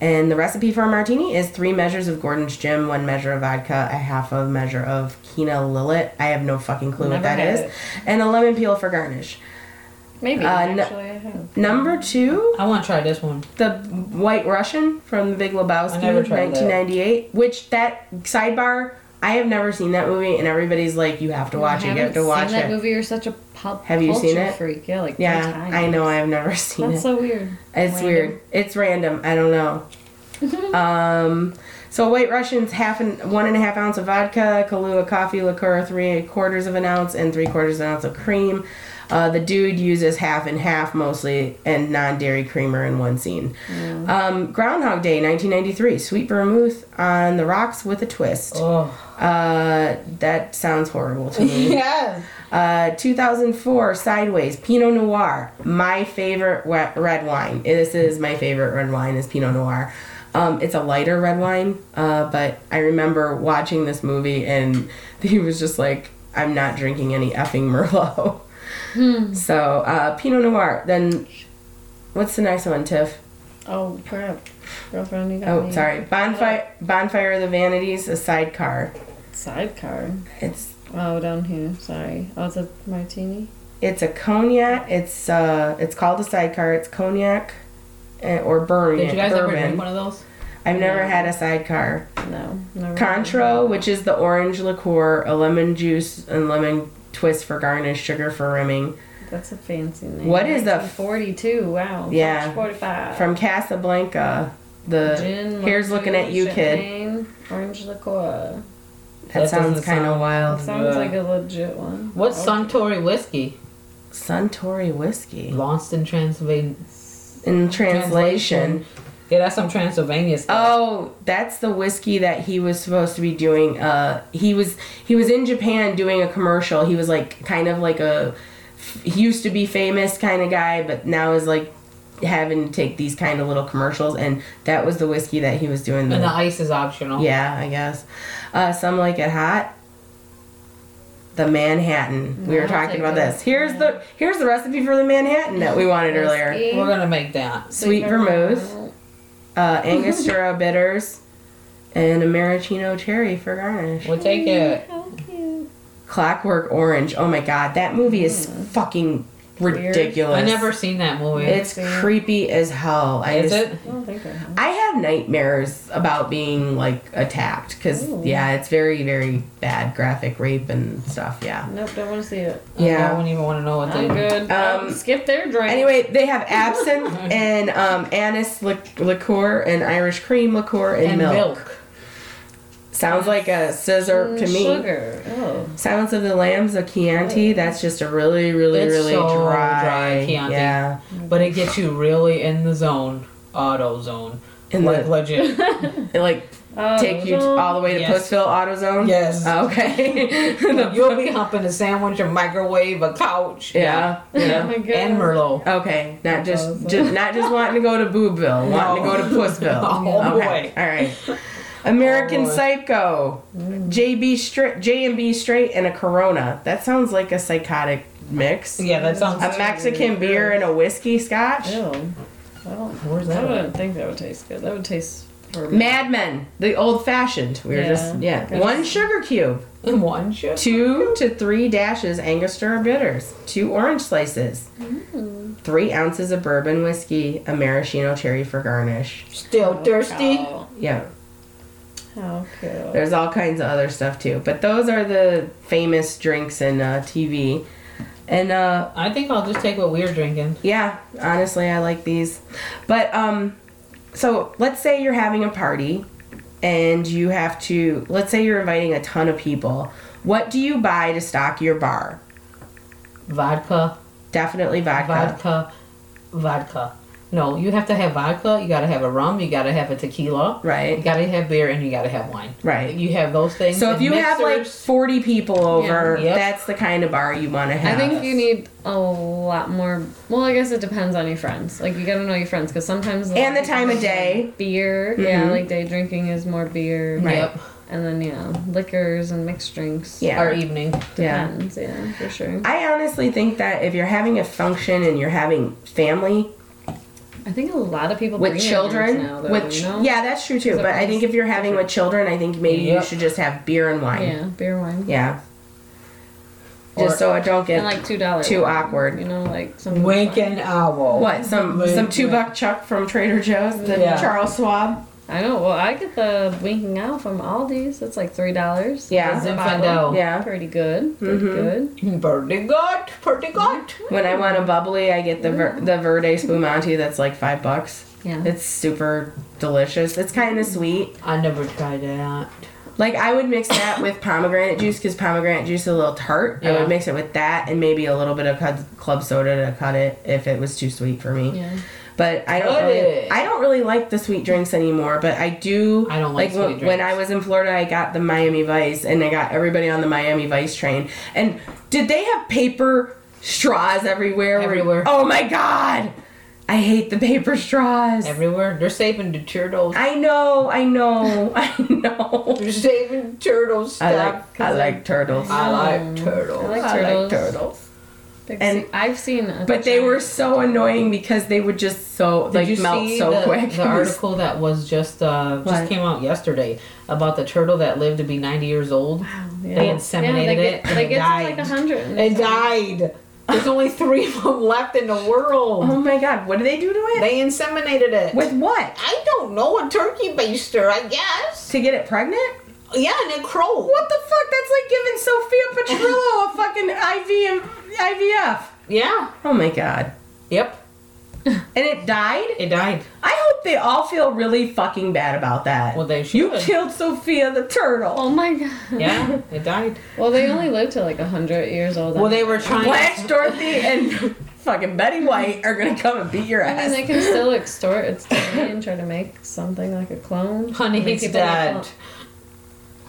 S1: And the recipe for a martini is three measures of Gordon's Gin, one measure of vodka, a half of measure of quina lillet. I have no fucking clue what
S2: Never
S1: that
S2: had
S1: is,
S2: it.
S1: and a lemon peel for garnish.
S2: Maybe
S1: Uh, no-
S2: actually I have.
S1: Number two
S4: I want to try this one.
S1: the White Russian from The Big Lebowski,
S4: I never tried that.
S1: 1998. Which that sidebar, I have never seen that movie, and everybody's like, "You have to watch it. You have
S2: haven't
S1: to watch
S2: seen that
S1: it."
S2: movie. You're such a pop.
S1: Have you
S2: culture
S1: seen it?
S2: Freak. Yeah, like
S1: Yeah,
S2: four times.
S1: I know. I have never seen
S2: That's
S1: it.
S2: so weird.
S1: it's
S2: random.
S1: weird. It's random. I don't know. um, So White Russians half and one and a half ounce of vodka, Kahlua coffee liqueur, three quarters of an ounce, and three quarters of an ounce of cream. Uh, the dude uses half and half mostly, and non-dairy creamer in one scene. Um, Groundhog Day, 1993, sweet vermouth on the rocks with a twist.
S4: Oh.
S1: Uh, that sounds horrible to me.
S4: Yes.
S1: Uh, 2004 Sideways Pinot Noir, my favorite wet red wine. This is my favorite red wine is Pinot Noir. Um, it's a lighter red wine, uh, but I remember watching this movie and he was just like, "I'm not drinking any effing Merlot." So uh, Pinot Noir. Then what's the next one, Tiff?
S5: Oh crap, girlfriend, you got
S1: Oh,
S5: me.
S1: sorry, Bonfire Bonfire of the Vanities, a sidecar.
S5: Sidecar.
S1: It's
S5: Oh, down here. Sorry. Oh, it's a martini.
S1: It's a cognac. It's uh, it's called a sidecar. It's cognac, eh, or bourbon.
S4: Did you guys ever
S1: bourbon.
S4: drink one of those?
S1: I've never had a sidecar.
S5: No, never.
S1: Contro, which is the orange liqueur, a lemon juice and lemon twist for garnish, sugar for rimming.
S5: That's a fancy name.
S1: What is the f-
S5: Forty-two. Wow.
S1: Yeah.
S5: French Forty-five.
S1: from Casablanca? The
S5: Gin,
S1: here's looking at you, kid.
S5: champagne, Orange liqueur.
S1: That, sounds kind of
S4: wild.
S5: That sounds like a legit one. Oh,
S4: What's
S1: Oh.
S4: Suntory whiskey?
S1: Suntory whiskey.
S4: Lost in Transylvania.
S1: In translation,
S4: Yeah, that's some Transylvania stuff.
S1: Oh, that's the whiskey that he was supposed to be doing. Uh, he was he was in Japan doing a commercial. He was like kind of like a he used to be famous kind of guy, but now is like having to take these kind of little commercials. And that was the whiskey that he was doing. The,
S4: And the ice is optional.
S1: Oh. yeah, I guess. Uh, some like it hot. The Manhattan. We were
S5: I'll
S1: talking
S5: take
S1: about
S5: that.
S1: this. Here's the here's the recipe for the Manhattan that we wanted earlier.
S5: Whiskey,
S4: We're gonna make that.
S1: Sweet vermouth uh, Angostura bitters, and a maraschino cherry for garnish.
S4: We'll take it.
S5: How cute.
S1: Clockwork Orange. Oh my god, that movie is
S5: Hmm.
S1: fucking ridiculous.
S4: I never seen that movie.
S1: It's creepy as hell. I
S4: is
S1: just,
S4: it?
S5: I don't think I have.
S1: I have nightmares about being like attacked because
S5: Ooh.
S1: yeah, it's very very bad graphic rape and stuff. Yeah.
S5: Nope, don't want to see it.
S1: Yeah.
S4: I don't even want to know what they.
S5: I'm good.
S1: Um,
S5: Um, skip their drink. Mm,
S1: Anyway, they have absinthe and um, anise li- liqueur and Irish cream liqueur and,
S4: And
S1: milk.
S4: milk.
S1: Sounds like a scissor to me.
S5: Mm, Sugar. Oh.
S1: Silence of the Lambs of Chianti. That's just a really, really,
S4: It's
S1: really
S4: so
S1: dry,
S4: dry Chianti.
S1: Yeah,
S4: But it gets you really in the zone, auto zone,
S1: and
S4: like
S1: like,
S4: legit.
S1: it, like
S5: oh
S1: take you all the way to
S4: Yes.
S1: Pussville AutoZone.
S4: yes.
S1: Oh, okay. The-
S4: You'll be humping a sandwich, a microwave, a couch.
S1: yeah.
S5: Oh
S1: Yeah.
S5: my god.
S4: And Merlot.
S1: Okay, not just,
S5: AutoZone.
S1: ju- not just wanting to go to Boobville, wanting to
S4: No.
S1: go to Pussville.
S4: Oh,
S1: okay.
S4: boy.
S1: All right. American
S4: Oh, Mm. boy.
S1: Psycho, JB straight, J and B straight, and a Corona. That sounds like a psychotic mix.
S4: Yeah,
S5: Mm.
S4: that sounds.
S1: A Mexican beer and a whiskey scotch.
S5: Ew. I don't.
S4: Where's
S5: I
S4: that? at?
S5: wouldn't think that would taste good. That would taste. horrible.
S1: Mad Men, the old fashioned. We were
S5: Yeah.
S1: just yeah. One sugar cube,
S4: In one ship.
S1: two to three dashes Angostura bitters, two orange slices, three ounces of bourbon whiskey, a maraschino cherry for garnish.
S4: Still
S5: Oh,
S4: thirsty.
S5: How,
S1: Yeah,
S5: how cute.
S1: there's all kinds of other stuff too, but those are the famous drinks in uh, TV. And uh,
S4: I think I'll just take what we're drinking.
S1: yeah, honestly, I like these. But um, so let's say you're having a party and you have to, let's say you're inviting a ton of people. What do you buy to stock your bar?
S4: Vodka,
S1: Definitely vodka.
S4: vodka, vodka. No, you have to have vodka. You gotta have a rum. You gotta have a tequila. You
S1: Right,
S4: gotta have beer, and you gotta have wine.
S1: right.
S4: You have those things.
S1: So if
S4: and
S1: you have like
S4: mixers.
S1: 40 people over,
S4: Yeah. Yep.
S1: that's the kind of bar you want to
S5: I
S1: have.
S5: think you need a lot more. Well, I guess it depends on your friends. Like you gotta know your friends because sometimes
S1: And the time of day.
S5: beer.
S1: Mhm.
S5: Yeah, like day drinking is more beer.
S1: Right.
S4: Yep.
S5: And then yeah, liquors and mixed drinks.
S1: Yeah.
S4: Our evening.
S1: yeah.
S5: Depends. Yeah, for sure.
S1: I honestly think that if you're having a function and you're having family
S5: I think a lot of people
S1: with
S5: bring their
S1: children,
S5: drinks now, though,
S1: with
S5: you
S1: ch-
S5: know?
S1: yeah, that's true too.
S5: So
S1: But I think if you're having with children, I think maybe
S4: Yep.
S1: you should just have beer and wine.
S5: yeah, beer wine.
S1: Yeah.
S4: Or-
S1: Just so I don't get
S5: And like two dollars.
S1: too awkward.
S5: You know, like some
S4: Wink and owl.
S1: what some
S4: Like-
S1: some two buck chuck from Trader Joe's, the
S4: Yeah.
S1: Charles Schwab.
S5: I know. Well, I get the winking out from Aldi's. It's like three dollars.
S1: Yeah.
S4: Zinfandel.
S1: Yeah.
S5: Pretty good. Pretty
S1: Mhm.
S5: good.
S4: Pretty good. Pretty good.
S1: When I want a bubbly, I get the ver- the Verde Spumante that's like five bucks.
S2: Yeah.
S1: It's super delicious. It's kind of sweet.
S4: I never tried that.
S1: Like I would mix that with pomegranate juice because pomegranate juice is a little tart. I
S4: Yeah.
S1: would mix it with that and maybe a little bit of cud- club soda to cut it if it was too sweet for me.
S2: Yeah.
S1: But I don't
S4: Cut
S1: really,
S4: it.
S1: I don't really like the sweet drinks anymore. But I do.
S4: I don't like
S1: when,
S4: sweet
S1: when I
S4: drinks.
S1: was in Florida, I got the Miami Vice and I got everybody on the Miami Vice train. And did they have paper straws everywhere?
S4: Everywhere.
S1: Oh my god! I hate the paper straws.
S4: Everywhere they're saving the turtles.
S1: I know, I know, I know.
S4: They're saving turtle stuff.
S1: I like I like turtles.
S4: I like turtles.
S2: I like turtles.
S1: turtles.
S2: Big
S1: And-
S2: se- I've seen. a
S1: But they were so annoying because they would just so
S4: Did
S1: like
S4: you
S1: melt
S4: see
S1: so
S4: the,
S1: quick.
S4: the article that was just uh, just
S1: What?
S4: came out yesterday about the turtle that lived to be 90 years old?
S2: Yeah.
S4: They inseminated
S2: they
S4: it
S2: Get,
S4: and
S2: they
S4: it
S2: get to
S4: died.
S2: like a hundred.
S4: It died. There's only three of them left in the world.
S1: oh my god, what do they do to it?
S4: They inseminated it.
S1: With what?
S4: I don't know a turkey baster. I guess.
S1: To get it pregnant?
S4: Yeah, and it crowed.
S1: What the fuck? That's like giving Sophia Petrillo a fucking IV and IVF.
S4: Yeah.
S1: Oh my god.
S4: Yep.
S1: And it died?
S4: It died.
S1: I hope they all feel really fucking bad about that.
S4: Well, they
S1: you
S4: should.
S1: killed Sophia the turtle.
S2: Oh my god.
S4: Yeah, it died.
S2: Well, they only lived to like a hundred years old.
S4: Well, they were trying.
S1: Blanche Dorothy and fucking Betty White are gonna come and beat your
S2: I mean,
S1: ass.
S2: they can still extort its DNA and try to make something like a clone.
S4: Honey,
S2: Make
S4: it's
S2: people like
S4: dead.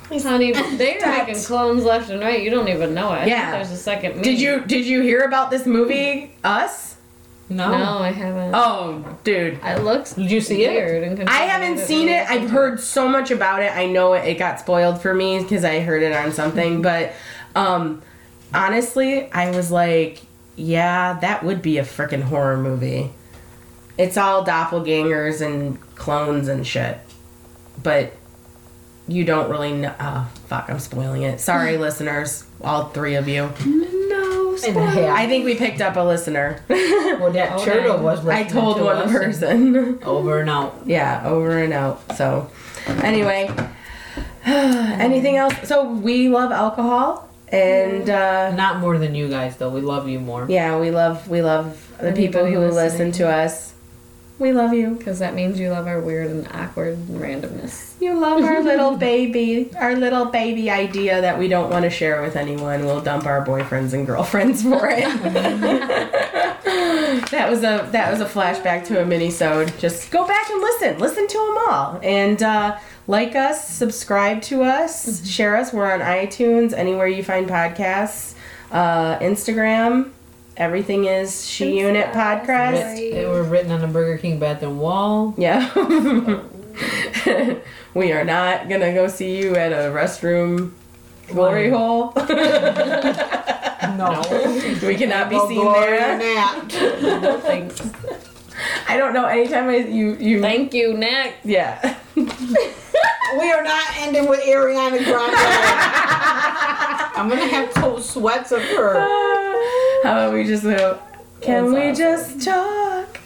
S2: clones. Honey, they're
S1: dead.
S2: making clones left and right. You don't even know it. I think
S1: Yeah.
S2: There's a second. Me.
S1: Did you did you hear about this movie Us?
S4: No.
S2: No, I haven't.
S1: Oh, dude.
S2: It looks
S4: Did you see it?
S2: weird and
S1: I haven't seen it. I've heard so much about it. I know it, it got spoiled for me because I heard it on something, but um honestly, I was like, yeah, that would be a freaking horror movie. It's all doppelgangers and clones and shit. But you don't really know. Oh, fuck, I'm spoiling it. Sorry, listeners, all three of you.
S2: No.
S4: And the hair.
S1: I think we picked up a listener.
S4: Well, that turtle was.
S1: I
S4: listening
S1: told
S4: to
S1: one
S4: us
S1: person.
S4: and Over and out.
S1: yeah, over and out. So, anyway, anything else? So, we love alcohol and uh,
S4: Not more than you guys, though. We love you more.
S1: yeah, we love we love the people who
S2: Anybody
S1: listen to us. We love you.
S2: Because that means you love our weird and awkward randomness.
S1: You love our little baby, our little baby idea that we don't want to share with anyone. We'll dump our boyfriends and girlfriends for it. that was a that was a flashback to a minisode. Just go back and listen, listen to them all, and uh, like us, subscribe to us, share us. We're on iTunes, anywhere you find podcasts, uh, Instagram. Everything is She Unit Podcast.
S4: Writ- They were written on the Burger King bathroom wall.
S1: Yeah. we are not gonna go see you at a restroom glory hole.
S4: No.
S1: we cannot be
S4: Well,
S1: seen
S4: glory in
S1: there.
S4: that.
S2: Thanks.
S1: I don't know. Anytime I you you
S2: Thank you, Nick.
S1: yeah.
S4: We are not ending with Ariana Grande. I'm gonna have cold sweats of her.
S1: How about we just go? Can we just talk?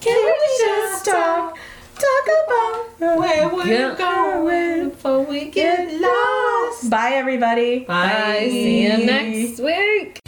S1: Can we just talk? Talk about
S4: Where we
S2: Yeah.
S4: going before we get
S1: Bye, everybody.
S4: Bye.
S2: See you next week.